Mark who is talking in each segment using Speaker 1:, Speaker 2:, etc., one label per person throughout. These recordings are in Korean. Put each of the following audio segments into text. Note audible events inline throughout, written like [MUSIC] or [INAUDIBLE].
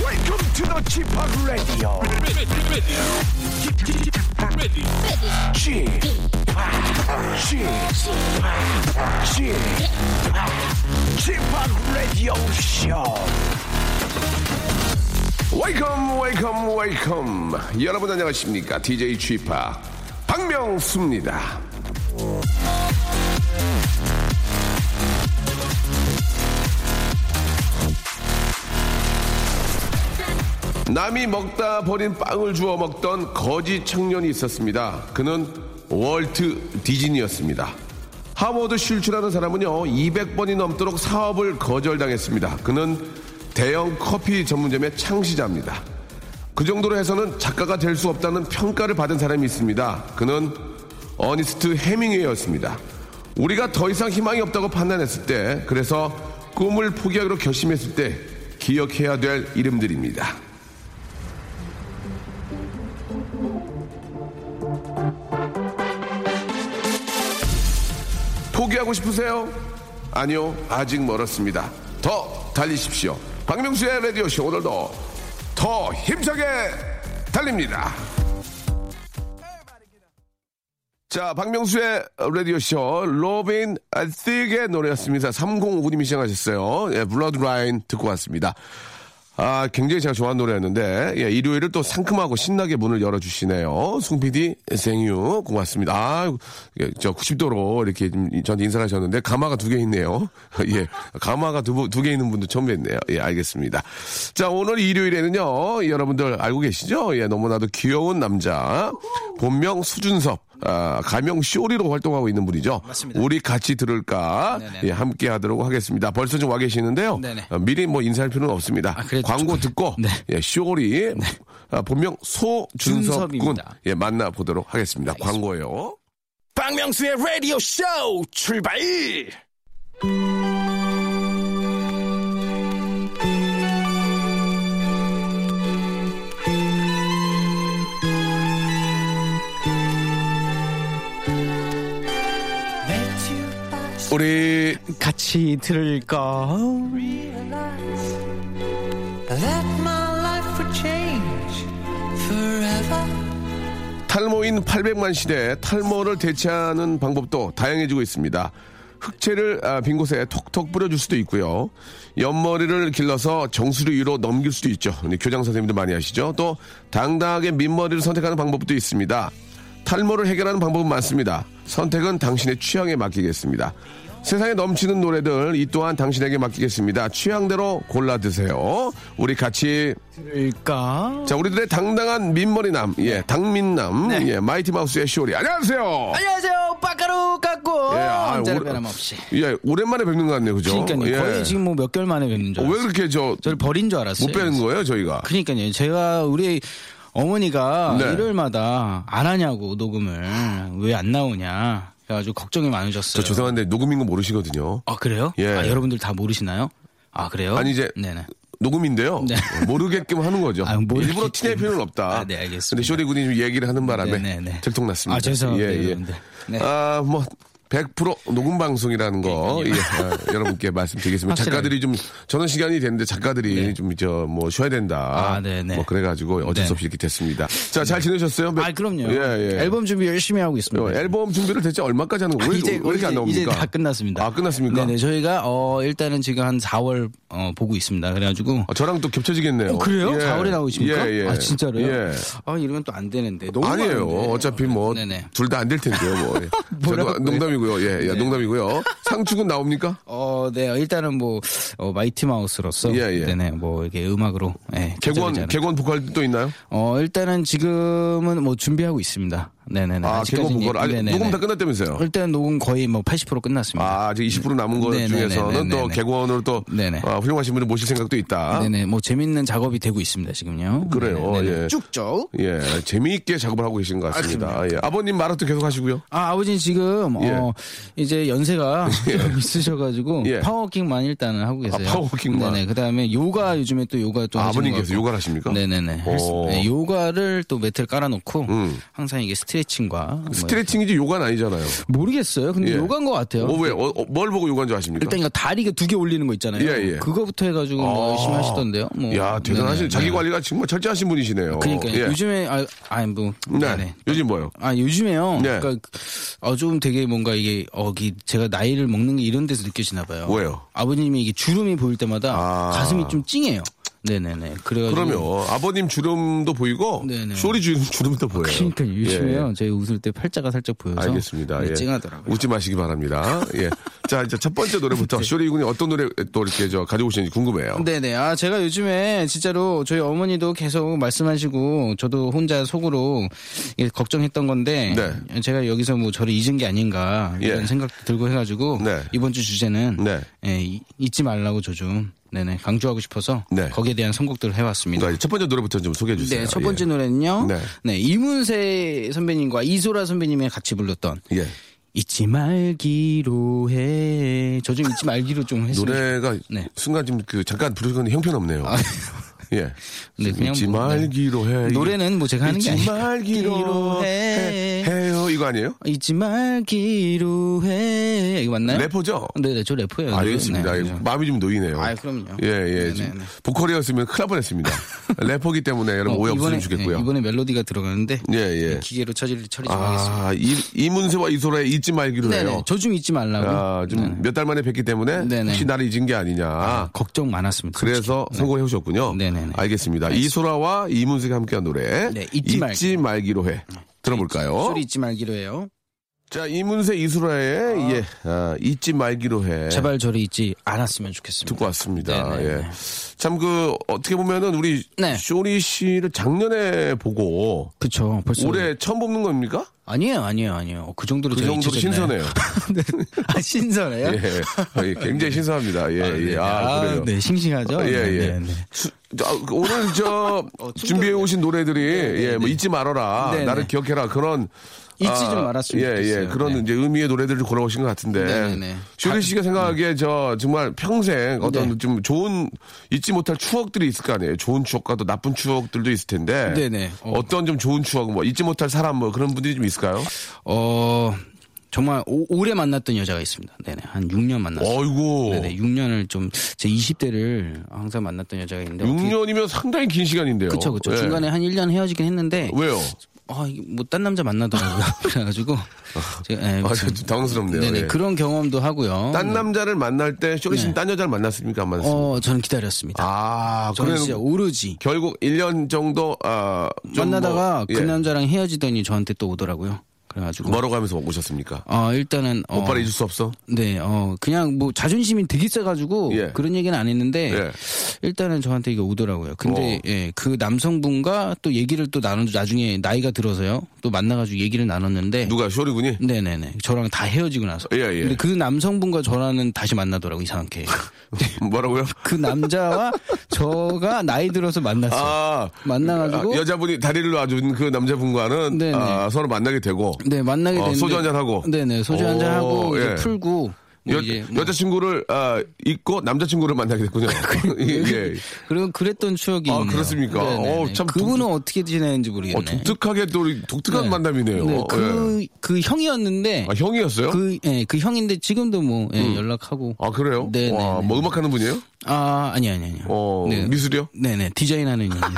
Speaker 1: Welcome to the g p o p Radio. g p o p Radio Show. Welcome, welcome, welcome. 여러분 안녕하십니까? DJ g p o p 박명수입니다. 남이 먹다 버린 빵을 주워 먹던 거지 청년이 있었습니다. 그는 월트 디즈니였습니다. 하버드 실출하는 사람은요, 200번이 넘도록 사업을 거절당했습니다. 그는 대형 커피 전문점의 창시자입니다. 그 정도로 해서는 작가가 될 수 없다는 평가를 받은 사람이 있습니다. 그는 어니스트 해밍웨이였습니다. 우리가 더 이상 희망이 없다고 판단했을 때, 그래서 꿈을 포기하기로 결심했을 때 기억해야 될 이름들입니다. 포기하고 싶으세요? 아니요, 아직 멀었습니다. 더 달리십시오. 박명수의 라디오쇼 오늘도 더 힘차게 달립니다. 자, 박명수의 라디오쇼 로빈 아틱의 노래였습니다. 305님이 시작하셨어요. 예, 블러드라인 듣고 왔습니다. 아, 굉장히 제가 좋아하는 노래였는데, 예, 일요일을 또 상큼하고 신나게 문을 열어주시네요. 송PD 생유, 고맙습니다. 아, 예, 저 90도로 이렇게 좀 저한테 인사를 하셨는데, 가마가 두 개 있네요. [LAUGHS] 예, 가마가 두, 두 개 있는 분도 처음 뵙네요. 예, 알겠습니다. 자, 오늘 일요일에는요, 여러분들 알고 계시죠? 예, 너무나도 귀여운 남자, 본명 수준섭. 아, 가명 쇼리로 활동하고 있는 분이죠.
Speaker 2: 맞습니다.
Speaker 1: 우리 같이 들을까?
Speaker 2: 네네.
Speaker 1: 예, 함께 하도록 하겠습니다. 벌써 좀 와 계시는데요.
Speaker 2: 네네.
Speaker 1: 어, 미리 뭐 인사할 필요는 없습니다.
Speaker 2: 아, 그래도
Speaker 1: 광고
Speaker 2: 조금-
Speaker 1: 듣고
Speaker 2: 네.
Speaker 1: 예, 쇼리 아, 본명 소준섭 군
Speaker 2: 준섭입니다.
Speaker 1: 예, 만나보도록 하겠습니다. 광고예요.
Speaker 2: 박명수의 라디오 쇼 출발!
Speaker 1: 우리
Speaker 2: 같이 들을까?
Speaker 3: That my life would change forever.
Speaker 1: 탈모인 800만 시대에 탈모를 대체하는 방법도 다양해지고 있습니다. 흑채를 아, 빈 곳에 톡톡 뿌려줄 수도 있고요. 옆머리를 길러서 정수리 위로 넘길 수도 있죠. 우리 교장 선생님도 많이 하시죠. 또 당당하게 민머리를 선택하는 방법도 있습니다. 탈모를 해결하는 방법은 많습니다. 선택은 당신의 취향에 맡기겠습니다. 세상에 넘치는 노래들 이 또한 당신에게 맡기겠습니다. 취향대로 골라 드세요. 우리 같이
Speaker 2: 들을까?
Speaker 1: 자, 우리들의 당당한 민머리남, 예, 당민남, 예, 마이티 마우스의 쇼리. 안녕하세요!
Speaker 2: 네. 안녕하세요, 빠까루 깎고!
Speaker 1: 예, 아,
Speaker 2: 언제나
Speaker 1: 오래-
Speaker 2: 변함없이.
Speaker 1: 예, 오랜만에 뵙는 것 같네요, 그죠?
Speaker 2: 그러니까요,
Speaker 1: 예.
Speaker 2: 거의 지금 뭐 몇 개월 만에 뵙는 줄
Speaker 1: 왜
Speaker 2: 알았어요.
Speaker 1: 그렇게 저,
Speaker 2: 저를 버린 줄 알았어요.
Speaker 1: 못 뵈는 거예요, 저희가?
Speaker 2: 그러니까요, 제가 우리 어머니가
Speaker 1: 네.
Speaker 2: 일요일마다 안 하냐고, 녹음을. 왜 안 나오냐. 그래가지고 걱정이
Speaker 1: 저
Speaker 2: 많으셨어요.
Speaker 1: 죄송한데, 녹음인 거 모르시거든요.
Speaker 2: 아, 그래요?
Speaker 1: 예.
Speaker 2: 아, 여러분들 다 모르시나요? 아, 그래요?
Speaker 1: 아니, 이제-
Speaker 2: 네네.
Speaker 1: 녹음인데요. 어,
Speaker 2: 네.
Speaker 1: 모르게끔 하는 거죠.
Speaker 2: 아, 모르겠기
Speaker 1: 일부러 티낼
Speaker 2: 때문에.
Speaker 1: 필요는 없다.
Speaker 2: 아, 네, 알겠습니다.
Speaker 1: 근데 쇼리 군이 좀 얘기를 하는 바람에
Speaker 2: 네, 네, 네.
Speaker 1: 들통났습니다.
Speaker 2: 아, 죄송합니다,
Speaker 1: 예, 예.
Speaker 2: 여러분들. 네.
Speaker 1: 아, 뭐. 100% 녹음 방송이라는 거 예, 아, 여러분께 말씀드리겠습니다.
Speaker 2: 네, 확실하게. 네.
Speaker 1: 작가들이 좀 저는 시간이 됐는데 작가들이 좀 저 뭐 쉬어야 된다.
Speaker 2: 아, 네, 네.
Speaker 1: 뭐 그래가지고 어쩔 수
Speaker 2: 네.
Speaker 1: 없이 이렇게 됐습니다. 자 잘 지내셨어요?
Speaker 2: 아, 그럼요.
Speaker 1: 예, 예.
Speaker 2: 앨범 준비 열심히 하고 있습니다.
Speaker 1: 어, 앨범 준비를 대체 얼마까지 하는 거예요? 왜, 왜 이렇게 안 나옵니까?
Speaker 2: 아, 이제 다 끝났습니다.
Speaker 1: 아 끝났습니까?
Speaker 2: 네네 저희가 어 일단은 지금 한 4월 어 보고 있습니다. 그래가지고
Speaker 1: 아, 저랑 또 겹쳐지겠네요.
Speaker 2: 어, 그래요?
Speaker 1: 예.
Speaker 2: 4월에 나오십니까?
Speaker 1: 예, 예.
Speaker 2: 아 진짜로요?
Speaker 1: 예.
Speaker 2: 아 이러면 또 안 되는데 너무
Speaker 1: 아니에요.
Speaker 2: 많은데.
Speaker 1: 어차피 뭐 둘
Speaker 2: 네네.
Speaker 1: 다 안 될 텐데요.
Speaker 2: [LAUGHS]
Speaker 1: 뭐. 예.
Speaker 2: 뭐라고요? 네.
Speaker 1: 저도 농담이고요. 예, 예, 농담이고요. 상축은 나옵니까?
Speaker 2: 어, 네 일단은 뭐 어, 마이티 마우스로서
Speaker 1: 예, 예.
Speaker 2: 네네 뭐 이렇게 음악으로 예,
Speaker 1: 개원
Speaker 2: 찾아뵙지 않을까.
Speaker 1: 개원 보컬 또 있나요?
Speaker 2: 어 일단은 지금은 뭐 준비하고 있습니다. 네네네.
Speaker 1: 아,
Speaker 2: 아직까지는 예,
Speaker 1: 개그 그걸 아니,
Speaker 2: 네네네.
Speaker 1: 녹음 다 끝났다면서요?
Speaker 2: 일단 녹음 거의 뭐 80% 끝났습니다.
Speaker 1: 아, 아직 20% 남은 것
Speaker 2: 네네네네네.
Speaker 1: 중에서는 또 개그원으로 또
Speaker 2: 네네.
Speaker 1: 아, 훌륭하신 분을 모실 생각도 있다.
Speaker 2: 네네. 뭐 재밌는 작업이 되고 있습니다
Speaker 1: 아.
Speaker 2: 지금요.
Speaker 1: 그래요.
Speaker 2: 네네네.
Speaker 1: 예.
Speaker 2: 쭉쭉.
Speaker 1: 예, 재미있게 작업을 하고 계신 것 같습니다. 예. 아버님 마라톤 계속 하시고요.
Speaker 2: 아 아버지 지금
Speaker 1: 예.
Speaker 2: 어,
Speaker 1: [LAUGHS]
Speaker 2: 이제 연세가 좀 있으셔가지고
Speaker 1: 예. 아,
Speaker 2: 파워워킹만 일단은 하고 계세요.
Speaker 1: 파워워킹만.
Speaker 2: 네네. 그다음에 요가 요즘에 또 요가 또
Speaker 1: 아,
Speaker 2: 하시는
Speaker 1: 아버님께서
Speaker 2: 것 같고.
Speaker 1: 요가를 하십니까?
Speaker 2: 네네네. 할 수-
Speaker 1: 오.
Speaker 2: 네, 요가를 또 매트를 깔아놓고
Speaker 1: 음.
Speaker 2: 항상 이게 스트레칭과 뭐
Speaker 1: 스트레칭이지 요가는 아니잖아요.
Speaker 2: 모르겠어요. 근데
Speaker 1: 예.
Speaker 2: 요가인 것 같아요. 네.
Speaker 1: 어, 왜? 어, 어, 뭘 보고 요가인 줄 아십니까?
Speaker 2: 일단 이거 다리가 두 개 올리는 거 있잖아요.
Speaker 1: 예, 예.
Speaker 2: 그거부터 해가지고
Speaker 1: 아.
Speaker 2: 뭐 열심히 하시던데요. 뭐.
Speaker 1: 야, 대단하신
Speaker 2: 네네,
Speaker 1: 자기
Speaker 2: 네.
Speaker 1: 관리가 정말 철저하신 분이시네요.
Speaker 2: 그러니까
Speaker 1: 예.
Speaker 2: 요 요즘에 아, 아니 뭐.
Speaker 1: 네.
Speaker 2: 네네.
Speaker 1: 요즘 뭐요?
Speaker 2: 아 요즘에요.
Speaker 1: 네.
Speaker 2: 그러니까 어, 좀 되게 뭔가 이게 어기 제가 나이를 먹는 게 이런 데서 느껴지나 봐요.
Speaker 1: 왜요?
Speaker 2: 아버님이 이게 주름이 보일 때마다
Speaker 1: 아.
Speaker 2: 가슴이 좀 찡해요. 네네네. 그래가지고
Speaker 1: 그러면 아버님 주름도 보이고
Speaker 2: 네네.
Speaker 1: 쇼리 주름, 주름도 보여요.
Speaker 2: 그러니까 요즘에요.
Speaker 1: 예.
Speaker 2: 제가 웃을 때 팔자가 살짝 보여서
Speaker 1: 알겠습니다.
Speaker 2: 네,
Speaker 1: 예.
Speaker 2: 찡하더라고요. 네.
Speaker 1: 웃지 마시기 바랍니다. 예. 자, 이제 첫 번째
Speaker 2: [LAUGHS]
Speaker 1: 노래부터 쇼리 군이 어떤 노래 또 이렇게 저 가져오시는지 궁금해요.
Speaker 2: 네네. 아, 제가 요즘에 진짜로 저희 어머니도 계속 말씀하시고 저도 혼자 속으로 이게 걱정했던 건데
Speaker 1: 네.
Speaker 2: 제가 여기서 뭐 저를 잊은 게 아닌가 이런
Speaker 1: 예.
Speaker 2: 생각 들고 해가지고
Speaker 1: 네.
Speaker 2: 이번 주 주제는
Speaker 1: 네.
Speaker 2: 예, 이- 잊지 말라고 저 좀 네네 강조하고 싶어서
Speaker 1: 네.
Speaker 2: 거기에 대한 선곡들을 해왔습니다.
Speaker 1: 그러니까 첫 번째 노래부터 좀 소개해 주세요.
Speaker 2: 네, 첫
Speaker 1: 예.
Speaker 2: 번째 노래는요.
Speaker 1: 네.
Speaker 2: 네. 이문세 선배님과 이소라 선배님이 같이 불렀던
Speaker 1: 예.
Speaker 2: 잊지 말기로 해. 저 좀 잊지 말기로 좀 했으면
Speaker 1: 노래가
Speaker 2: 네. 아.
Speaker 1: 순간 좀 그 잠깐 부르는 형편없네요. 예.
Speaker 2: 네, 그냥
Speaker 1: 잊지
Speaker 2: 뭐, 네.
Speaker 1: 말기로 해.
Speaker 2: 노래는 뭐 제가 하는
Speaker 1: 잊지
Speaker 2: 게 아니에요.
Speaker 1: 말기로 해. 해요 이거 아니에요?
Speaker 2: 잊지 말기로 해. 이거 맞나요?
Speaker 1: 래퍼죠?
Speaker 2: 네네, 저 래퍼예요.
Speaker 1: 알겠습니다.
Speaker 2: 네,
Speaker 1: 예,
Speaker 2: 그죠.
Speaker 1: 마음이 좀 놓이네요.
Speaker 2: 아이, 그럼요.
Speaker 1: 예, 예.
Speaker 2: 네네네.
Speaker 1: 지금 보컬이었으면 큰일 날
Speaker 2: [LAUGHS]
Speaker 1: 뻔했습니다. 래퍼기 때문에 여러분
Speaker 2: 어,
Speaker 1: 뭐 오해 없으면
Speaker 2: 이번에,
Speaker 1: 좋겠고요.
Speaker 2: 네, 이번에 멜로디가 들어가는데
Speaker 1: 예, 예.
Speaker 2: 기계로 처리, 처리 좀 하겠습니다.
Speaker 1: 아, 이, 이문세와 이소라의 잊지 말기로
Speaker 2: 네네,
Speaker 1: 해요.
Speaker 2: 저 좀 잊지 말라고.
Speaker 1: 아, 좀 몇 달 만에 뵙기 때문에
Speaker 2: 네네.
Speaker 1: 혹시 나를 잊은 게 아니냐.
Speaker 2: 네, 걱정 많았습니다. 솔직히. 네.
Speaker 1: 그래서 성공해 오셨군요.
Speaker 2: 네네네.
Speaker 1: 알겠습니다. 이소라와 이문세가 함께한 노래
Speaker 2: 네, 잊지 말기.
Speaker 1: 로 해. 들어볼까요?
Speaker 2: 소리 잊지 말기로 해요.
Speaker 1: 자, 이문세 이소라의 예, 아, 잊지 말기로 해.
Speaker 2: 제발 저를 잊지 않았으면 좋겠습니다.
Speaker 1: 네. 듣고 왔습니다.
Speaker 2: 네네네.
Speaker 1: 예. 참 그 어떻게 보면은 우리
Speaker 2: 네.
Speaker 1: 쇼리 씨를 작년에 보고
Speaker 2: 그쵸, 벌써.
Speaker 1: 올해 처음 뽑는 겁니까?
Speaker 2: 아니에요, 아니에요, 아니에요. 그 정도로
Speaker 1: 그
Speaker 2: 제가
Speaker 1: 정도로
Speaker 2: 잊혀졌나요?
Speaker 1: 신선해요.
Speaker 2: [LAUGHS] 네. 아, 신선해요?
Speaker 1: 예. 예, 굉장히 신선합니다. 예, 예. 아, 그래요.
Speaker 2: 네, 싱싱하죠?
Speaker 1: 아, 예,
Speaker 2: 네,
Speaker 1: 예.
Speaker 2: 네, 어, 네.
Speaker 1: 수- 아, 오늘
Speaker 2: [LAUGHS]
Speaker 1: 저 준비해 오신 노래들이 예, 뭐 잊지 말아라.
Speaker 2: 네, 네네.
Speaker 1: 나를 기억해라. 그런
Speaker 2: 잊지
Speaker 1: 아,
Speaker 2: 좀 말았으면
Speaker 1: 예, 예.
Speaker 2: 좋겠어요.
Speaker 1: 그런
Speaker 2: 네.
Speaker 1: 이제 의미의 노래들을 걸어오신 것 같은데.
Speaker 2: 네네네.
Speaker 1: 쇼리 씨가 생각하기에 저 정말 평생 어떤
Speaker 2: 네.
Speaker 1: 좀 좋은 잊지 못할 추억들이 있을 거 아니에요. 좋은 추억과 또 나쁜 추억들도 있을 텐데.
Speaker 2: 네네. 어.
Speaker 1: 어떤 좀 좋은 추억, 뭐 잊지 못할 사람 뭐 그런 분들이 좀 있을까요?
Speaker 2: 어, 정말 오- 오래 만났던 여자가 있습니다. 네네. 한 6년 만났어요.
Speaker 1: 어이구.
Speaker 2: 네네. 6년을 좀, 제 20대를 항상 만났던 여자가 있는데. 어떻게-
Speaker 1: 6년이면 상당히 긴 시간인데요.
Speaker 2: 그쵸, 그쵸.
Speaker 1: 예.
Speaker 2: 중간에 한 1년 헤어지긴 했는데.
Speaker 1: 왜요?
Speaker 2: 아, 이게 뭐, 딴
Speaker 1: [LAUGHS]
Speaker 2: 남자 만나더라고요. 그래가지고. 제가, 예,
Speaker 1: 아,
Speaker 2: 무슨-
Speaker 1: 저, 좀 당황스럽네요.
Speaker 2: 네네.
Speaker 1: 예.
Speaker 2: 그런 경험도 하고요.
Speaker 1: 딴 남자를 만날 때 쇼리 씨는 딴 여자를 만났습니까? 안 만났습니까?
Speaker 2: 네. 어, 저는 기다렸습니다.
Speaker 1: 아,
Speaker 2: 저는
Speaker 1: 그러면
Speaker 2: 진짜 오로지.
Speaker 1: 결국 1년 정도 아, 좀
Speaker 2: 만나다가
Speaker 1: 뭐,
Speaker 2: 그
Speaker 1: 예.
Speaker 2: 남자랑 헤어지더니 저한테 또 오더라고요. 그래가지고.
Speaker 1: 뭐라고 하면서 오셨습니까?
Speaker 2: 어, 일단은. 어,
Speaker 1: 오빠를 잊을 수 없어?
Speaker 2: 네, 어, 그냥 뭐 자존심이 되게 세가지고
Speaker 1: 예.
Speaker 2: 그런 얘기는 안 했는데
Speaker 1: 예.
Speaker 2: 일단은 저한테 이게 오더라고요. 근데
Speaker 1: 어.
Speaker 2: 예, 그 남성분과 또 얘기를 또 나누 나중에 나이가 들어서요 또 만나가지고 얘기를 나눴는데
Speaker 1: 누가 쇼리 군이?
Speaker 2: 네네네 저랑 다 헤어지고 나서
Speaker 1: 예, 예.
Speaker 2: 근데 그 남성분과 저랑은 다시
Speaker 1: [LAUGHS]
Speaker 2: 만나더라고 이상하게
Speaker 1: 뭐라고요?
Speaker 2: 그 남자와 저가 나이 들어서 만났어요.
Speaker 1: 아,
Speaker 2: 만나가지고
Speaker 1: 아, 여자분이 다리를 놔준 그 남자분과는
Speaker 2: 네네.
Speaker 1: 아, 서로 만나게 되고
Speaker 2: 네 만나게
Speaker 1: 어,
Speaker 2: 됐는데
Speaker 1: 소주 한잔 하고.
Speaker 2: 네네 소주 한 잔 하고
Speaker 1: 오,
Speaker 2: 이제
Speaker 1: 예.
Speaker 2: 풀고 뭐
Speaker 1: 여,
Speaker 2: 이제 뭐-
Speaker 1: 자친구를 아, 잊고 남자친구를 만나게
Speaker 2: [LAUGHS]
Speaker 1: 됐군요. 예.
Speaker 2: 그리고 그랬던 추억이
Speaker 1: 아,
Speaker 2: 있네요.
Speaker 1: 그렇습니까?
Speaker 2: 네네네.
Speaker 1: 어, 참
Speaker 2: 그분은
Speaker 1: 독특-
Speaker 2: 어떻게 지내는지
Speaker 1: 어,
Speaker 2: 모르겠네.
Speaker 1: 독특하게 또 독특한
Speaker 2: 네.
Speaker 1: 만남이네요.
Speaker 2: 네, 그, 그 형이었는데
Speaker 1: 예. 아, 형이었어요?
Speaker 2: 그, 예, 그 형인데 지금도 뭐 예, 연락하고
Speaker 1: 아 그래요?
Speaker 2: 네네네.
Speaker 1: 와, 뭐 음악하는 분이에요?
Speaker 2: 아 아니 아니 아니.
Speaker 1: 어, 미술이요?
Speaker 2: 네네 디자인하는 형.
Speaker 1: [LAUGHS]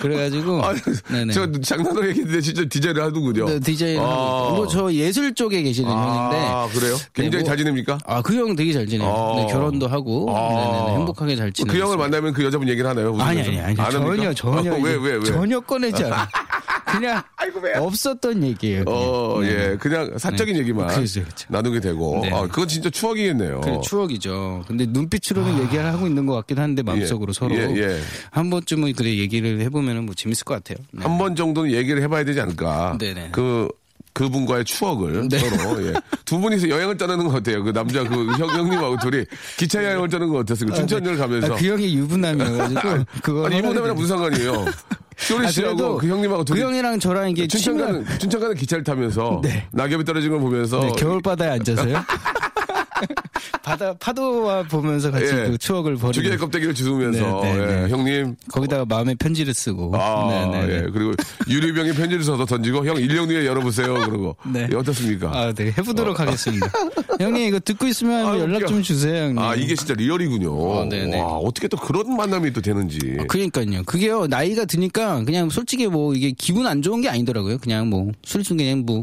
Speaker 2: 그래가지고
Speaker 1: 아,
Speaker 2: [LAUGHS] 네네.
Speaker 1: 저 장난으로 얘기했는데 진짜 디자인을 하더군요.
Speaker 2: 네, 디자인
Speaker 1: 아.
Speaker 2: 하고 뭐저 예술 쪽에 계시는
Speaker 1: 아,
Speaker 2: 형인데
Speaker 1: 그래요? 굉장히
Speaker 2: 뭐-
Speaker 1: 잘 지냅니까?
Speaker 2: 아 그 형 되게 잘 지내요.
Speaker 1: 아.
Speaker 2: 네, 결혼도 하고
Speaker 1: 아.
Speaker 2: 네네네, 행복하게 잘 지내고
Speaker 1: 그 형을
Speaker 2: 있습니다.
Speaker 1: 만나면 그 여자분 얘기를 하나요? 무슨
Speaker 2: 아니
Speaker 1: 여자분?
Speaker 2: 아니 아니
Speaker 1: 안 합니까?
Speaker 2: 전혀 전혀
Speaker 1: 아, 왜,
Speaker 2: 이제
Speaker 1: 왜, 왜? [LAUGHS]
Speaker 2: 전혀 꺼내지 않아. 그냥 없었던 얘기예요. 그냥.
Speaker 1: 어,
Speaker 2: 네.
Speaker 1: 예. 그냥 사적인
Speaker 2: 네.
Speaker 1: 얘기만
Speaker 2: 그렇죠, 그렇죠.
Speaker 1: 나누게 되고.
Speaker 2: 네.
Speaker 1: 아, 그건 진짜 추억이겠네요.
Speaker 2: 그래, 추억이죠. 근데 눈빛으로는 얘기를 하고 있는 것 같긴 한데 마음속으로
Speaker 1: 아. 예,
Speaker 2: 서로
Speaker 1: 예, 예.
Speaker 2: 한 번쯤은 그래 얘기를 해보면은 뭐 재밌을 것 같아요. 네.
Speaker 1: 한 번 정도는 얘기를 해봐야 되지 않을까.
Speaker 2: 네네. 네.
Speaker 1: 그 그분과의 추억을 서로 예. 두 분이서 여행을 떠나는 것 같아요. 그 남자 그 형, 형님하고 둘이 기차 여행을 떠나는 것 같았어요. 춘천을 가면서.
Speaker 2: 아, 그 형이 유부남이어가지고
Speaker 1: [LAUGHS]
Speaker 2: 그거
Speaker 1: 아니 이분하고 무슨 상관이에요? 쇼리 씨하고 그 형님하고
Speaker 2: 아, 그
Speaker 1: 둘이
Speaker 2: 형이랑 저랑 이게
Speaker 1: 춘천
Speaker 2: 친구
Speaker 1: 가는 춘천 가는 기차를 타면서
Speaker 2: 네.
Speaker 1: 낙엽이 떨어지는 예. 걸 보면서
Speaker 2: 네, 겨울 바다에
Speaker 1: [LAUGHS]
Speaker 2: 앉아서요. 바다 파도와 보면서 같이
Speaker 1: 예.
Speaker 2: 그 추억을
Speaker 1: 주게
Speaker 2: 버리고
Speaker 1: 껍데기를 주우면서
Speaker 2: 네, 네,
Speaker 1: 예,
Speaker 2: 네.
Speaker 1: 형님
Speaker 2: 거기다가 마음의 편지를 쓰고
Speaker 1: 아,
Speaker 2: 네, 네,
Speaker 1: 예.
Speaker 2: 네.
Speaker 1: 그리고 유리병에 편지를 써서 던지고 형 1년 후에 열어보세요. 그러고
Speaker 2: [LAUGHS] 네.
Speaker 1: 예, 어떻습니까?
Speaker 2: 아, 네.
Speaker 1: [LAUGHS]
Speaker 2: 해보도록 하겠습니다. 형님, 이거 듣고 있으면
Speaker 1: 아,
Speaker 2: 연락
Speaker 1: 웃겨.
Speaker 2: 좀 주세요, 형님.
Speaker 1: 아, 이게 진짜 리얼이군요.
Speaker 2: 어, 네. 네네. 아,
Speaker 1: 와, 어떻게 또 그런 만남이 또 되는지.
Speaker 2: 어, 그러니까요. 그게요. 나이가 드니까 그냥 솔직히 뭐 이게 기분 안 좋은 게 아니더라고요. 그냥 뭐 술술 그냥 뭐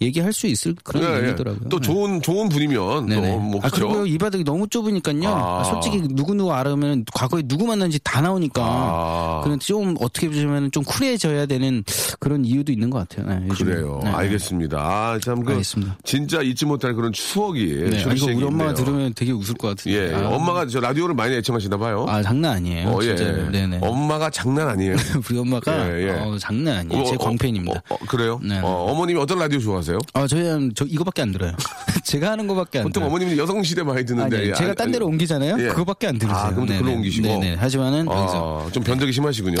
Speaker 2: 얘기할 수 있을 그런
Speaker 1: 예, 예.
Speaker 2: 얘기더라고요.
Speaker 1: 또
Speaker 2: 네.
Speaker 1: 좋은 좋은 분이면
Speaker 2: 네네.
Speaker 1: 또 뭐,
Speaker 2: 아,
Speaker 1: 그렇죠.
Speaker 2: 그리고 이 바닥이 너무 좁으니까요.
Speaker 1: 아.
Speaker 2: 아, 솔직히 누구누구 알으면 과거에 누구 만났는지 다 나오니까.
Speaker 1: 아.
Speaker 2: 그런 좀 어떻게 보면 좀 쿨해져야 되는 그런 이유도 있는 것 같아요. 네, 요즘에.
Speaker 1: 그래요.
Speaker 2: 네.
Speaker 1: 알겠습니다. 아, 참 그.
Speaker 2: 알겠습니다.
Speaker 1: 진짜 잊지 못할 그런 추억이.
Speaker 2: 네.
Speaker 1: 쇼리
Speaker 2: 아, 이거
Speaker 1: 씨에게
Speaker 2: 우리 엄마가
Speaker 1: 있네요.
Speaker 2: 들으면 되게 웃을 것 같은데.
Speaker 1: 예,
Speaker 2: 아,
Speaker 1: 엄마가 저 라디오를 많이 애청하시나 봐요.
Speaker 2: 아, 장난 아니에요.
Speaker 1: 어, 예.
Speaker 2: 진짜로. 네네.
Speaker 1: 엄마가 장난
Speaker 2: [LAUGHS]
Speaker 1: 아니에요.
Speaker 2: 우리 엄마가
Speaker 1: 예, 예.
Speaker 2: 어, 장난 아니에요.
Speaker 1: 어,
Speaker 2: 제
Speaker 1: 어,
Speaker 2: 광팬입니다.
Speaker 1: 어, 어, 그래요?
Speaker 2: 네네.
Speaker 1: 어, 어머님이 어떤 라디오 좋아하세요?
Speaker 2: 아, 저희는 저 이거밖에 안 들어요. [LAUGHS] 제가 하는 거밖에 안
Speaker 1: 보통
Speaker 2: 들어요.
Speaker 1: 어머님이 여성 시대 많이 듣는데
Speaker 2: 네. 아니,
Speaker 1: 예,
Speaker 2: 제가
Speaker 1: 아니,
Speaker 2: 딴 데로
Speaker 1: 아니,
Speaker 2: 옮기잖아요.
Speaker 1: 예.
Speaker 2: 그거밖에 안 들으세요.
Speaker 1: 아, 그럼 또
Speaker 2: 네네.
Speaker 1: 글로 옮기시고.
Speaker 2: 네네. 하지만은 그래서
Speaker 1: 아, 좀 변덕이
Speaker 2: [LAUGHS]
Speaker 1: 심하시군요.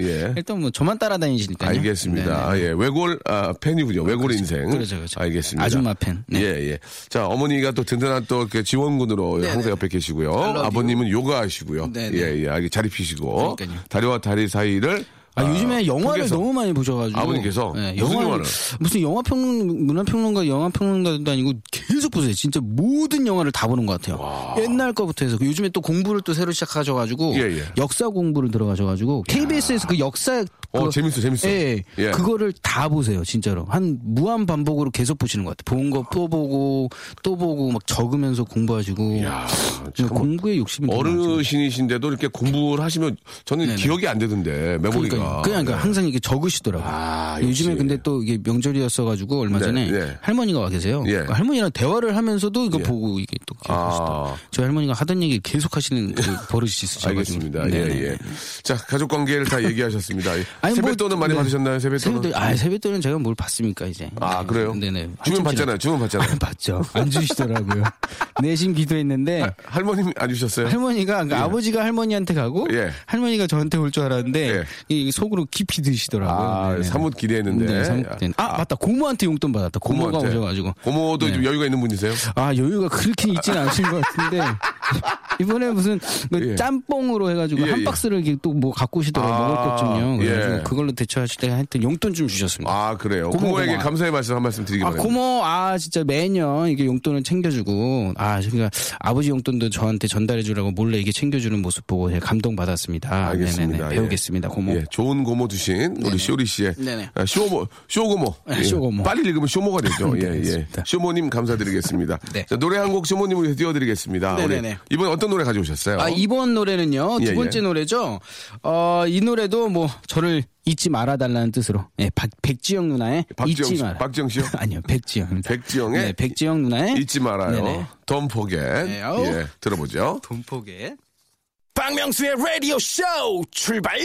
Speaker 1: 예.
Speaker 2: 일단 뭐 저만 따라다니시니까요. 네네.
Speaker 1: 알겠습니다. 아, 예. 외골 아, 팬이군요. 외골 인생.
Speaker 2: 그렇죠, 그렇죠.
Speaker 1: 알겠습니다.
Speaker 2: 아줌마 팬. 네.
Speaker 1: 예, 예. 자, 어머니가 또 든든한 또그 지원군으로 항상 옆에 계시고요.
Speaker 2: you.
Speaker 1: 아버님은 요가하시고요.
Speaker 2: 네, 네.
Speaker 1: 예, 예. 알게 자리 피시고
Speaker 2: 그러니까요.
Speaker 1: 다리와 다리 사이를
Speaker 2: 아,
Speaker 1: 아,
Speaker 2: 요즘에 영화를
Speaker 1: 통해서.
Speaker 2: 너무 많이 보셔가지고 네,
Speaker 1: 아버님께서? 무슨 영화를?
Speaker 2: 무슨 영화 평론 문화 평론가 영화 평론가도 아니고 계속 보세요. 진짜 모든 영화를 다 보는 것 같아요. 옛날 거부터 해서 그 요즘에 또 공부를 또 새로 시작하셔가지고
Speaker 1: 예, 예.
Speaker 2: 역사 공부를 들어가셔가지고 KBS에서 그 역사
Speaker 1: 어,
Speaker 2: 그거-
Speaker 1: 재밌어, 재밌어.
Speaker 2: 예, 예.
Speaker 1: 예.
Speaker 2: 그거를 다 보세요 진짜로 한 무한 반복으로 계속 보시는 것 같아요. 본 거 또 보고 또 보고 막 적으면서 공부하시고 그 공부에 욕심이 너무 많죠.
Speaker 1: 어르신이신데도 이렇게 공부를 하시면 저는 기억이 안 되던데 메모리가.
Speaker 2: 그러니까, 그냥 그러니까 항상 이게 적으시더라고요.
Speaker 1: 네. 아,
Speaker 2: 요즘에
Speaker 1: 역시.
Speaker 2: 근데 또 이게 명절이었어가지고 얼마
Speaker 1: 네,
Speaker 2: 전에
Speaker 1: 예.
Speaker 2: 할머니가 와 계세요.
Speaker 1: 예.
Speaker 2: 그 할머니랑 대화를 하면서도 이거 보고 이게 또 계속 하시더라고요.
Speaker 1: 아.
Speaker 2: 저희 할머니가 하던 얘기 계속 하시는 그 버릇이 있으셔가지고.
Speaker 1: 알겠습니다.
Speaker 2: 네,
Speaker 1: 예,
Speaker 2: 네.
Speaker 1: 예. 자, 가족 관계를 다 얘기하셨습니다.
Speaker 2: 아니, 뭐,
Speaker 1: 세뱃돈은 많이
Speaker 2: 네.
Speaker 1: 받으셨나요? 세뱃돈은?
Speaker 2: 세뱃돈, 아, 세뱃돈은 제가 뭘 받습니까, 이제.
Speaker 1: 아, 그래요?
Speaker 2: 네네.
Speaker 1: 주문
Speaker 2: 한참
Speaker 1: 받잖아요. 주문 받잖아요.
Speaker 2: 지나- [LAUGHS] 받죠. 안 주시더라고요. [LAUGHS] 내심 기도했는데.
Speaker 1: 할머님 안 주셨어요?
Speaker 2: 할머니가 그러니까 아버지가 할머니한테 가고
Speaker 1: 예.
Speaker 2: 할머니가 저한테 올 줄 알았는데
Speaker 1: 예.
Speaker 2: 이 속으로 깊이 드시더라고요.
Speaker 1: 아,
Speaker 2: 네네.
Speaker 1: 사뭇 기대했는데. 아,
Speaker 2: 네, 사뭇 기대했는데. 아, 맞다 고모한테 용돈 받았다. 고모가
Speaker 1: 고모한테.
Speaker 2: 오셔가지고
Speaker 1: 고모도
Speaker 2: 네.
Speaker 1: 좀 여유가 있는 분이세요?
Speaker 2: 아 여유가 그렇게 있진 않으신 것 같은데 [LAUGHS] 이번에 무슨 그
Speaker 1: 예.
Speaker 2: 짬뽕으로 해가지고
Speaker 1: 예, 예.
Speaker 2: 한 박스를 또 뭐 갖고 오시더라고
Speaker 1: 아,
Speaker 2: 요 먹을 것좀요. 그래가지고
Speaker 1: 예.
Speaker 2: 그걸로 대처하실 때 하여튼 용돈 좀 주셨습니다.
Speaker 1: 아, 그래요.
Speaker 2: 고모,
Speaker 1: 고모, 에게
Speaker 2: 고모.
Speaker 1: 감사의 말씀 한 말씀 드리기
Speaker 2: 아,
Speaker 1: 바랍니다.
Speaker 2: 고모, 아, 진짜 매년 이게 용돈을 챙겨주고, 아, 그러니까 아버지 용돈도 저한테 전달해주라고 몰래 이게 챙겨주는 모습 보고 감동받았습니다.
Speaker 1: 알겠습니다.
Speaker 2: 네네네.
Speaker 1: 예.
Speaker 2: 배우겠습니다, 고모.
Speaker 1: 예, 좋은 고모 두신 우리 쇼리 씨의
Speaker 2: 네네.
Speaker 1: 아, 쇼모, 쇼고모.
Speaker 2: 아,
Speaker 1: 예,
Speaker 2: 쇼고모.
Speaker 1: 빨리 읽으면 쇼모가 되죠. 예, 예.
Speaker 2: 알겠습니다.
Speaker 1: 쇼모님 감사드리겠습니다.
Speaker 2: [LAUGHS] 네.
Speaker 1: 자, 노래 한 곡 쇼모님을 띄워드리겠습니다. 우리
Speaker 2: 네네네.
Speaker 1: 이번에 어떤 노래 가져오셨어요?
Speaker 2: 아, 이번 노래는요,
Speaker 1: 예,
Speaker 2: 두 번째
Speaker 1: 예.
Speaker 2: 노래죠. 어, 이 노래도 뭐, 저를 잊지 말아달라는 뜻으로. 예, 박, 백지영 누나의
Speaker 1: 박지영
Speaker 2: 잊지
Speaker 1: 씨-
Speaker 2: 마라.
Speaker 1: 박지영 씨요?
Speaker 2: [LAUGHS] 아니요, 백지영입니다.
Speaker 1: 백지영의
Speaker 2: 네, 백지영 누나의
Speaker 1: 잊지 말아요.
Speaker 2: 네네. 네,
Speaker 1: 돈 포겟.
Speaker 2: 아우.
Speaker 1: 예, 들어보죠.
Speaker 2: 돈포개.
Speaker 4: 박명수의 라디오 쇼 출발!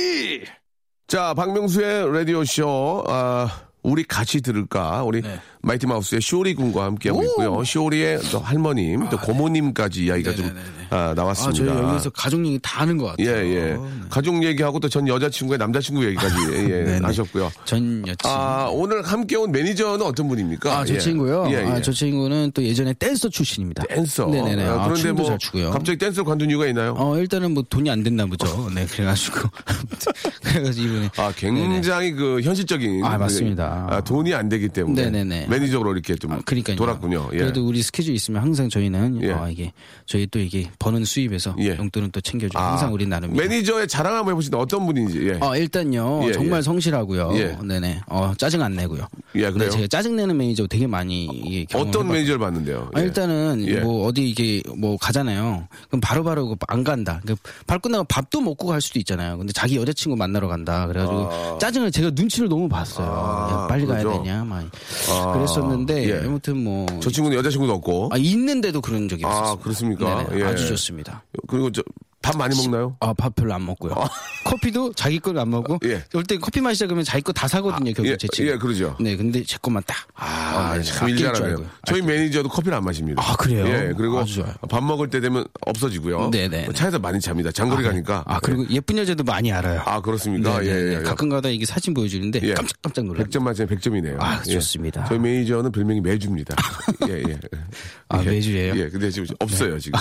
Speaker 1: 자, 박명수의 라디오쇼, 아, 우리 같이 들을까? 우리
Speaker 2: 네.
Speaker 1: 마이티 마우스의 쇼리 군과 함께하고 있고요. 쇼리의 또 할머님, 또 고모님까지 이야기가 좀 아,
Speaker 2: 네. 아, 저희
Speaker 1: 나왔습니다.
Speaker 2: 여기서 가족 얘기 다 하는 것 같아요. 네.
Speaker 1: 예, 예. 가족 얘기하고 또 전 여자친구의 남자친구 얘기까지 예,
Speaker 2: [LAUGHS] 네네.
Speaker 1: 하셨고요.
Speaker 2: 전 여친.
Speaker 1: 아, 오늘 함께 온 매니저는 어떤 분입니까?
Speaker 2: 아, 저
Speaker 1: 예.
Speaker 2: 친구요?
Speaker 1: 예, 예.
Speaker 2: 아, 저 친구는 또 예전에 댄서 출신입니다.
Speaker 1: 댄서.
Speaker 2: 네네네.
Speaker 1: 아,
Speaker 2: 아,
Speaker 1: 그런데
Speaker 2: 춤도
Speaker 1: 뭐
Speaker 2: 잘 추고요.
Speaker 1: 갑자기 댄스를 관둔 이유가 있나요?
Speaker 2: 어, 일단은 뭐 돈이 안 됐나 보죠. 네, 그래가지고. [LAUGHS] 그래가지고 이번에.
Speaker 1: 아, 굉장히 그 현실적인
Speaker 2: 아, 맞습니다.
Speaker 1: 아, 돈이 안 되기 때문에
Speaker 2: 네네네.
Speaker 1: 매니저로 이렇게 좀
Speaker 2: 그러니까
Speaker 1: 돌았군요. 예.
Speaker 2: 그래도 우리 스케줄 있으면 항상 저희는
Speaker 1: 예.
Speaker 2: 아 이게 저희 또 이게 버는 수입에서
Speaker 1: 예.
Speaker 2: 용돈은 또 챙겨주고
Speaker 1: 아,
Speaker 2: 항상 우리 나름
Speaker 1: 매니저의 자랑 한번 해보시다 어떤 분인지. 예.
Speaker 2: 어, 일단요.
Speaker 1: 예,
Speaker 2: 정말
Speaker 1: 예.
Speaker 2: 성실하고요.
Speaker 1: 예.
Speaker 2: 네네. 어, 짜증 안 내고요.
Speaker 1: 예, 그래요?
Speaker 2: 네, 제가 짜증내는 매니저 되게 많이 이게 경험을
Speaker 1: 어떤
Speaker 2: 해봤-
Speaker 1: 매니저를 봤는데요?
Speaker 2: 아, 일단은
Speaker 1: 예.
Speaker 2: 뭐 어디 이게 뭐 가잖아요. 그럼 바로바로 그안 간다. 그러니까 발 끝나고 밥도 먹고 갈 수도 있잖아요. 근데 자기 여자친구 만나러 간다. 그래가지고 짜증을 제가 눈치를 너무 봤어요. 야, 빨리 가야
Speaker 1: 아. 그러죠.
Speaker 2: 되냐 막
Speaker 1: 아,
Speaker 2: 그랬었는데
Speaker 1: 예.
Speaker 2: 아무튼 뭐
Speaker 1: 저 친구는 여자친구도 없고.
Speaker 2: 아, 있는데도 그런 적이
Speaker 1: 어? 아,
Speaker 2: 있었어요.
Speaker 1: 그렇습니까?
Speaker 2: 네네.
Speaker 1: 예.
Speaker 2: 아주 좋습니다.
Speaker 1: 그리고 저 밥 많이 먹나요?
Speaker 2: 아, 밥 별로 안 먹고요. 커피도 자기 걸 안 먹고.
Speaker 1: 예.
Speaker 2: 올 때 커피 마시자 그러면 자기 거 다 사거든요, 결국
Speaker 1: 예,
Speaker 2: 제 친구.
Speaker 1: 예, 그러죠.
Speaker 2: 네, 근데 제 것만 딱.
Speaker 1: 아,
Speaker 2: 네,
Speaker 1: 참
Speaker 2: 아낄 줄
Speaker 1: 일잘하네요.
Speaker 2: 알고요.
Speaker 1: 저희 매니저도 커피를 안 마십니다.
Speaker 2: 아, 그래요?
Speaker 1: 예, 그리고
Speaker 2: 아주 좋아요.
Speaker 1: 밥 먹을 때 되면 없어지고요.
Speaker 2: 네네.
Speaker 1: 차에서 많이 잡니다. 장거리 가니까.
Speaker 2: 아, 그리고 예쁜 여자도 많이 알아요.
Speaker 1: 아, 그렇습니까?
Speaker 2: 네, 네,
Speaker 1: 예,
Speaker 2: 네.
Speaker 1: 예, 예.
Speaker 2: 가끔 가다 이게 사진 보여주는데
Speaker 1: 예.
Speaker 2: 깜짝깜짝 놀라요.
Speaker 1: 100점 만점에 100점이네요. 예.
Speaker 2: 아, 좋습니다.
Speaker 1: 저희 매니저는 별명이
Speaker 2: [LAUGHS]
Speaker 1: 매주입니다. 예, 예.
Speaker 2: 아,
Speaker 1: 예.
Speaker 2: 매주예요? 네.
Speaker 1: 예, 근데 지금 없어요, 지금.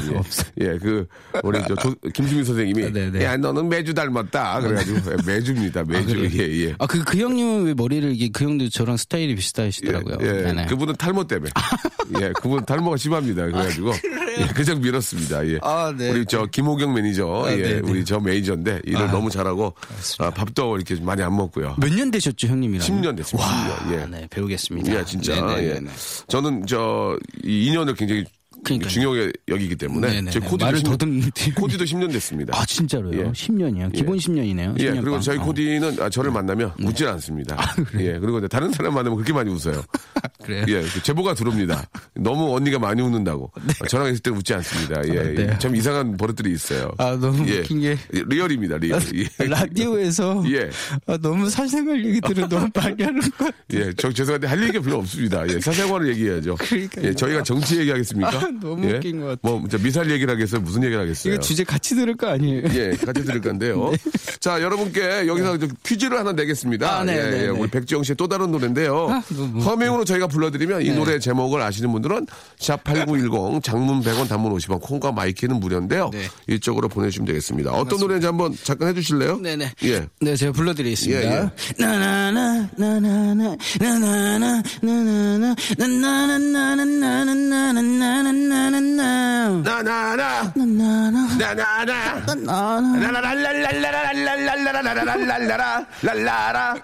Speaker 1: 예. 예, 그, 우리 저, 조- 김수민 선생님이.
Speaker 2: 아, 네, 네.
Speaker 1: 야, 너는 매주 닮았다. 그래가지고. 예, 매주입니다, 매주.
Speaker 2: 그래요?
Speaker 1: 예, 예.
Speaker 2: 아, 그, 그 형님은 왜 머리를 이게 그 형도 저랑 스타일이 비슷하시더라고요.
Speaker 1: 예, 예.
Speaker 2: 네, 네.
Speaker 1: 그분은 탈모 때문에. [LAUGHS] 예, 그분 탈모가 심합니다. 그래가지고. 예, 그냥 밀었습니다. 예.
Speaker 2: 아, 네.
Speaker 1: 우리 저 김호경 매니저. 예,
Speaker 2: 네, 네.
Speaker 1: 우리 저 매니저인데 일을 너무 잘하고. 아, 밥도 이렇게 많이 안 먹고요.
Speaker 2: 몇 년 되셨죠, 형님이랑?
Speaker 1: 10년 됐습니다. 10년. 예.
Speaker 2: 아, 네, 배우겠습니다.
Speaker 1: 예, 진짜.
Speaker 2: 네, 네,
Speaker 1: 예.
Speaker 2: 네, 네.
Speaker 1: 저는 저, 이 인연을 굉장히
Speaker 2: 그러니까요.
Speaker 1: 중요하게 여기기 때문에.
Speaker 2: 네네.
Speaker 1: 제 코디도
Speaker 2: 말을
Speaker 1: 10
Speaker 2: 더듬는
Speaker 1: 코디도 10년 됐습니다.
Speaker 2: 아, 진짜로요?
Speaker 1: 예.
Speaker 2: 10년이요? 기본 10년이네요. 어. 아,
Speaker 1: 예, 그리고 저희 코디는 아, 저를 만나면 웃질 않습니다. 예, 그리고 이제 다른 사람 만나면 그렇게 많이 웃어요.
Speaker 2: [LAUGHS] 그래요?
Speaker 1: 예, 그 제보가 들어옵니다. 너무 언니가 많이 웃는다고. 아, 저랑 있을 때 웃지 않습니다. 예, 예.
Speaker 2: 네.
Speaker 1: 참 이상한 버릇들이 있어요.
Speaker 2: 아, 너무
Speaker 1: 예.
Speaker 2: 웃긴 게.
Speaker 1: 리얼입니다,
Speaker 2: [LAUGHS]
Speaker 1: 리얼. 예.
Speaker 2: 라디오에서
Speaker 1: [LAUGHS] 예.
Speaker 2: 아, 너무 사생활
Speaker 1: [LAUGHS]
Speaker 2: 얘기들을 너무 많이 하는 거
Speaker 1: 예, 저 죄송한데 할 얘기가 별로 없습니다. 예, 사생활을 얘기해야죠.
Speaker 2: 그러니까요.
Speaker 1: 예, 저희가 정치 얘기하겠습니까?
Speaker 2: 아, 너무
Speaker 1: 예?
Speaker 2: 웃긴 것 같아요.
Speaker 1: 뭐, 저 미사일 얘기를 하겠어요? 무슨 얘기를 하겠어요?
Speaker 2: 이거 주제 같이 들을 거 아니에요?
Speaker 1: 예, 같이 들을 건데요. 자, 여러분께 여기서 좀 퀴즈를 하나 내겠습니다.
Speaker 2: 아, 네,
Speaker 1: 예,
Speaker 2: 네,
Speaker 1: 예,
Speaker 2: 네.
Speaker 1: 우리 백지영 씨의 또 다른 노래인데요.
Speaker 2: 아, 너무-
Speaker 1: 허밍으로 저희가 불러드리면 이 노래 제목을 아시는 분들은 샵8910 장문 100원 단문 50원 콩과 마이키는 무료인데요.
Speaker 2: 네.
Speaker 1: 이쪽으로 보내주시면 되겠습니다. 어떤 노래인지 한번 잠깐 해주실래요?
Speaker 2: [LAUGHS] 네네.
Speaker 1: 예.
Speaker 2: 네, 제가 불러드리겠습니다.
Speaker 1: 예, 예.
Speaker 2: 나나나, 나나나, 나나나, 나나나, 나나나나나나나나나나나나.
Speaker 1: 나나나! 나나나!
Speaker 2: 나나.
Speaker 1: 라라랄랄랄랄랄랄랄랄랄랄랄랄라 랄라라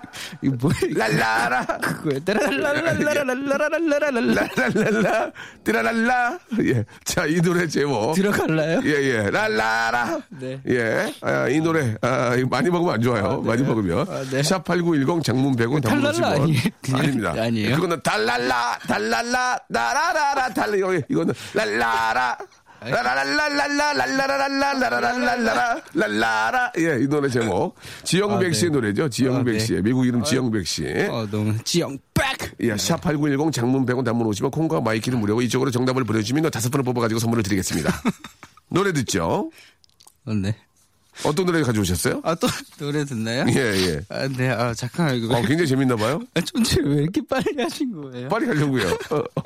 Speaker 2: 이거 뭐야?
Speaker 1: 랄라라
Speaker 2: 이거. 따라라라라라라라라라라라.
Speaker 1: 랄랄랄라 띠라랄라 예자 이 노래 제목
Speaker 2: 들어갈라요?
Speaker 1: 예예 랄라라
Speaker 2: 네.
Speaker 1: 예이 노래 아, 이거 많이 먹으면 안 좋아요 많이 먹으면
Speaker 2: 아, 네.
Speaker 1: 샵8910 장문 100원 단문
Speaker 2: 탈랄라
Speaker 1: 50원
Speaker 2: 아니에요? 그냥
Speaker 1: 아닙니다
Speaker 2: 아니에요?
Speaker 1: 그거는 달랄라 달랄라 나라라라 달라 이거- 이거는 랄라라 라라랄랄랄랄랄랄랄랄랄랄랄랄라 랄라라 예이 노래 제목
Speaker 2: 아,
Speaker 1: 지영백
Speaker 2: 네.
Speaker 1: 씨의 노래죠 지영백
Speaker 2: 아, 네.
Speaker 1: 씨의 미국 이름 지영백 씨
Speaker 2: 어, 너무 지영 백.
Speaker 1: 예, 샵8910 장문 100원 단문 50원 콩과 마이키는 무료고 이쪽으로 정답을 보내주시면 다섯 분을 뽑아가지고 선물을
Speaker 2: [LAUGHS]
Speaker 1: 드리겠습니다. 노래 듣죠?
Speaker 2: 어, 네.
Speaker 1: 어떤 노래 가져오셨어요?
Speaker 2: 아, 또 [LAUGHS] 노래 듣나요?
Speaker 1: 예, 예.
Speaker 2: 아, 네. 아, 잠깐 이거. [LAUGHS]
Speaker 1: 어, 굉장히 재밌나 봐요?
Speaker 2: 전체 왜 이렇게 빨리 하신 거예요?
Speaker 1: 빨리 가려고요. 어, 어.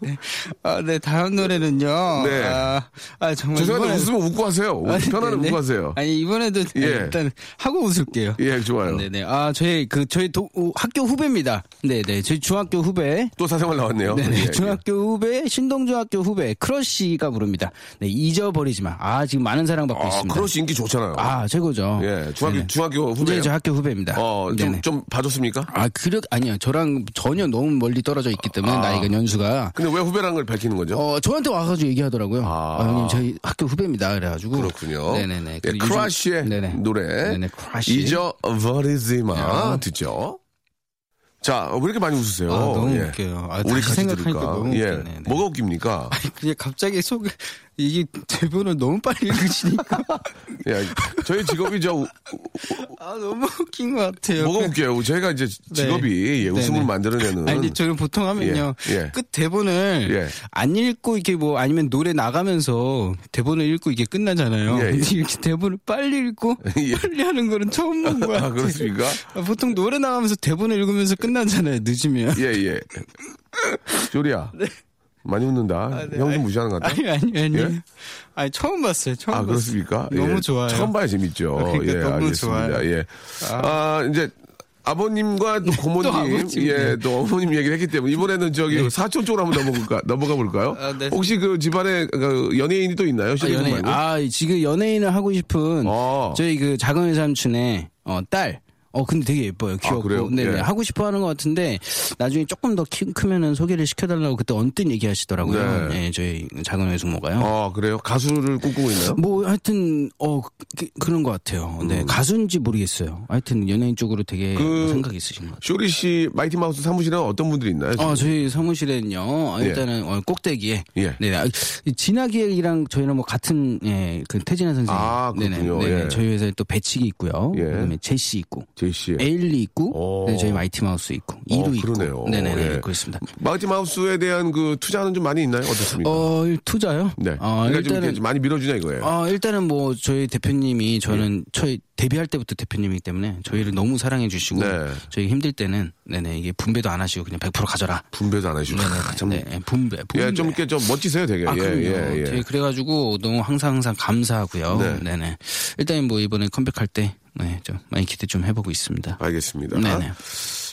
Speaker 2: 네. 아, 네, 다음 노래는요.
Speaker 1: 네.
Speaker 2: 아, 아, 정말.
Speaker 1: 죄송한데
Speaker 2: 이번에도-
Speaker 1: 웃으면 웃고 하세요.
Speaker 2: 아,
Speaker 1: 편안하면
Speaker 2: 네네.
Speaker 1: 웃고 하세요.
Speaker 2: 아니, 이번에도
Speaker 1: 예.
Speaker 2: 네, 일단 하고 웃을게요.
Speaker 1: 예, 좋아요.
Speaker 2: 네네. 아, 저희, 그, 저희 도, 우- 학교 후배입니다. 네네. 저희 중학교 후배.
Speaker 1: 또 사생활 나왔네요.
Speaker 2: 네네.
Speaker 1: 예, 예.
Speaker 2: 중학교 후배, 신동중학교 후배, 크러쉬가 부릅니다. 네, 잊어버리지 마. 아, 지금 많은 사랑받고
Speaker 1: 아,
Speaker 2: 있습니다.
Speaker 1: 크러쉬 인기 좋잖아요.
Speaker 2: 아, 최고죠.
Speaker 1: 예, 중학교,
Speaker 2: 네네.
Speaker 1: 중학교
Speaker 2: 이제
Speaker 1: 후배.
Speaker 2: 저 학교 후배입니다.
Speaker 1: 어,
Speaker 2: 네네.
Speaker 1: 좀, 좀 봐줬습니까?
Speaker 2: 아, 그렇, 아니요. 저랑 전혀 너무 멀리 떨어져 있기 때문에
Speaker 1: 아.
Speaker 2: 나이가 연수가.
Speaker 1: 근데 왜 후배라는 걸 밝히는 거죠?
Speaker 2: 어, 저한테 와가지고 얘기하더라고요.
Speaker 1: 아.
Speaker 2: 아, 형님, 저희 학교 후배입니다. 그래가지고.
Speaker 1: 그렇군요.
Speaker 2: 네네네.
Speaker 1: 예,
Speaker 2: 그리고 요즘-
Speaker 1: 크러쉬의
Speaker 2: 네네.
Speaker 1: 노래.
Speaker 2: 네네, 크러쉬.
Speaker 1: 잊어버리지마
Speaker 2: 야.
Speaker 1: 듣죠. 자, 왜 이렇게 많이 웃으세요? 예.
Speaker 2: 아, 너무 웃겨요. 아,
Speaker 1: 우리
Speaker 2: 다시
Speaker 1: 같이
Speaker 2: 생각하니까
Speaker 1: 들을까?
Speaker 2: 너무
Speaker 1: 예.
Speaker 2: 웃기네. 네.
Speaker 1: 뭐가
Speaker 2: [LAUGHS]
Speaker 1: 웃깁니까?
Speaker 2: 그냥 갑자기 속 이게 제보를 너무 빨리
Speaker 1: [LAUGHS]
Speaker 2: 읽으시니까
Speaker 1: 예, 저희 직업이 저
Speaker 2: [LAUGHS]
Speaker 1: 우-
Speaker 2: 아 너무 웃긴 것 같아요.
Speaker 1: 뭐가 웃겨요? 저희가 이제 직업이 예, 웃음을
Speaker 2: 네. 네네.
Speaker 1: 만들어내는.
Speaker 2: [LAUGHS] 아니 근데 저는 보통 하면요
Speaker 1: 예, 예.
Speaker 2: 끝 대본을
Speaker 1: 예.
Speaker 2: 안 읽고 이게 뭐 아니면 노래 나가면서 대본을 읽고 이게 끝나잖아요.
Speaker 1: 예, 예.
Speaker 2: 근데 이렇게 대본을 빨리 읽고
Speaker 1: [LAUGHS] 예.
Speaker 2: 빨리 하는 거는 처음 본 것
Speaker 1: [LAUGHS]
Speaker 2: 같아요.
Speaker 1: 아, 그렇습니까?
Speaker 2: 아, 보통 노래 나가면서 대본을 읽으면서 끝나잖아요. 늦으면.
Speaker 1: 예, 예. 조리야. 많이 웃는다. 형 좀 무시하는 것 같아.
Speaker 2: [LAUGHS] 네. 아, 아니 아니 아니.
Speaker 1: 예?
Speaker 2: 아니 처음 봤어요. 처음
Speaker 1: 아,
Speaker 2: 봤어요.
Speaker 1: 그렇습니까?
Speaker 2: 너무
Speaker 1: 예,
Speaker 2: 좋아요. [LAUGHS]
Speaker 1: 처음 봐야 재밌죠.
Speaker 2: 아, 그러니까
Speaker 1: 예,
Speaker 2: 너무
Speaker 1: 알겠습니다.
Speaker 2: 좋아요.
Speaker 1: 예. 아, 이제 아버님과 또 고모님,
Speaker 2: 아버님. 네.
Speaker 1: 예, 또 어머님 얘기를 했기 때문에 이번에는 저기 사촌 쪽으로 한번
Speaker 2: [LAUGHS]
Speaker 1: 넘어볼까, 넘어가 볼까요?
Speaker 2: 아, 네.
Speaker 1: 혹시 그 집안에 그 연예인이 또 있나요?
Speaker 2: 아,
Speaker 1: 실리콘
Speaker 2: 연예인.
Speaker 1: 말고?
Speaker 2: 아, 지금 연예인을 하고 싶은
Speaker 1: 어.
Speaker 2: 저희 그 작은 삼촌의 어, 딸. 어, 근데 되게 예뻐요.
Speaker 1: 그래요?
Speaker 2: 귀엽고. 네,
Speaker 1: 예.
Speaker 2: 네. 하고 싶어 하는 것 같은데 나중에 조금 더 키, 크면은 소개를 시켜달라고 그때 언뜻 얘기하시더라고요.
Speaker 1: 네.
Speaker 2: 예, 저희 작은 외숙모가요.
Speaker 1: 아, 그래요? 가수를 꿈꾸고 있나요?
Speaker 2: 뭐 하여튼 어 그, 런것 같아요. 네 가수인지 모르겠어요. 하여튼 연예인 쪽으로 되게
Speaker 1: 음. 그-
Speaker 2: 생각이 있으신 것 같아요.
Speaker 1: 쇼리 씨 마이티 마우스 사무실에 어떤 분들이 있나요?
Speaker 2: 어, 저희 사무실에는요, 일단은, 어, 꼭대기에.
Speaker 1: 예.
Speaker 2: 네, 아, 진학이랑 저희는 뭐 같은, 예, 그 태진아 선생님.
Speaker 1: 아, 그렇군요.
Speaker 2: 네네. 네네.
Speaker 1: 예.
Speaker 2: 저희 회사에 또 배치기 있고요.
Speaker 1: 예.
Speaker 2: 그 다음에 제시 있고.
Speaker 1: 제이 씨.
Speaker 2: 에일리
Speaker 1: 오. 어,
Speaker 2: 있고. 네, 저희 마이티 마우스 있고. 이루 있고.
Speaker 1: 그러네요.
Speaker 2: 네네네.
Speaker 1: 예.
Speaker 2: 그렇습니다.
Speaker 1: 마이티 마우스에 대한 그 투자는 좀 많이 있나요? 어떻습니까?
Speaker 2: 어, 투자요?
Speaker 1: 네. 그러니까
Speaker 2: 어,
Speaker 1: 좀 이렇게
Speaker 2: 일단은
Speaker 1: 좀 예. 많이 밀어주냐 이거예요.
Speaker 2: 아, 일단은 뭐 저희 대표님이 저는 저희 데뷔할 때부터 대표님이기 때문에 저희를 너무 사랑해 주시고
Speaker 1: 네.
Speaker 2: 저희 힘들 때는 네네 이게 분배도 안 하시고 그냥 100% 가져라.
Speaker 1: 분배도 안 해주고. 아, 참.
Speaker 2: 네, 분배. 분배.
Speaker 1: 예, 좀 이렇게 좀 멋지세요, 되게.
Speaker 2: 아,
Speaker 1: 예,
Speaker 2: 그럼요.
Speaker 1: 예, 예.
Speaker 2: 되게 그래가지고 너무 항상 항상 감사하고요.
Speaker 1: 네.
Speaker 2: 네. 네 일단 뭐 이번에 컴백할 때 네, 좀 많이 기대 좀 해보고 있습니다.
Speaker 1: 아, 알겠습니다.
Speaker 2: 네네.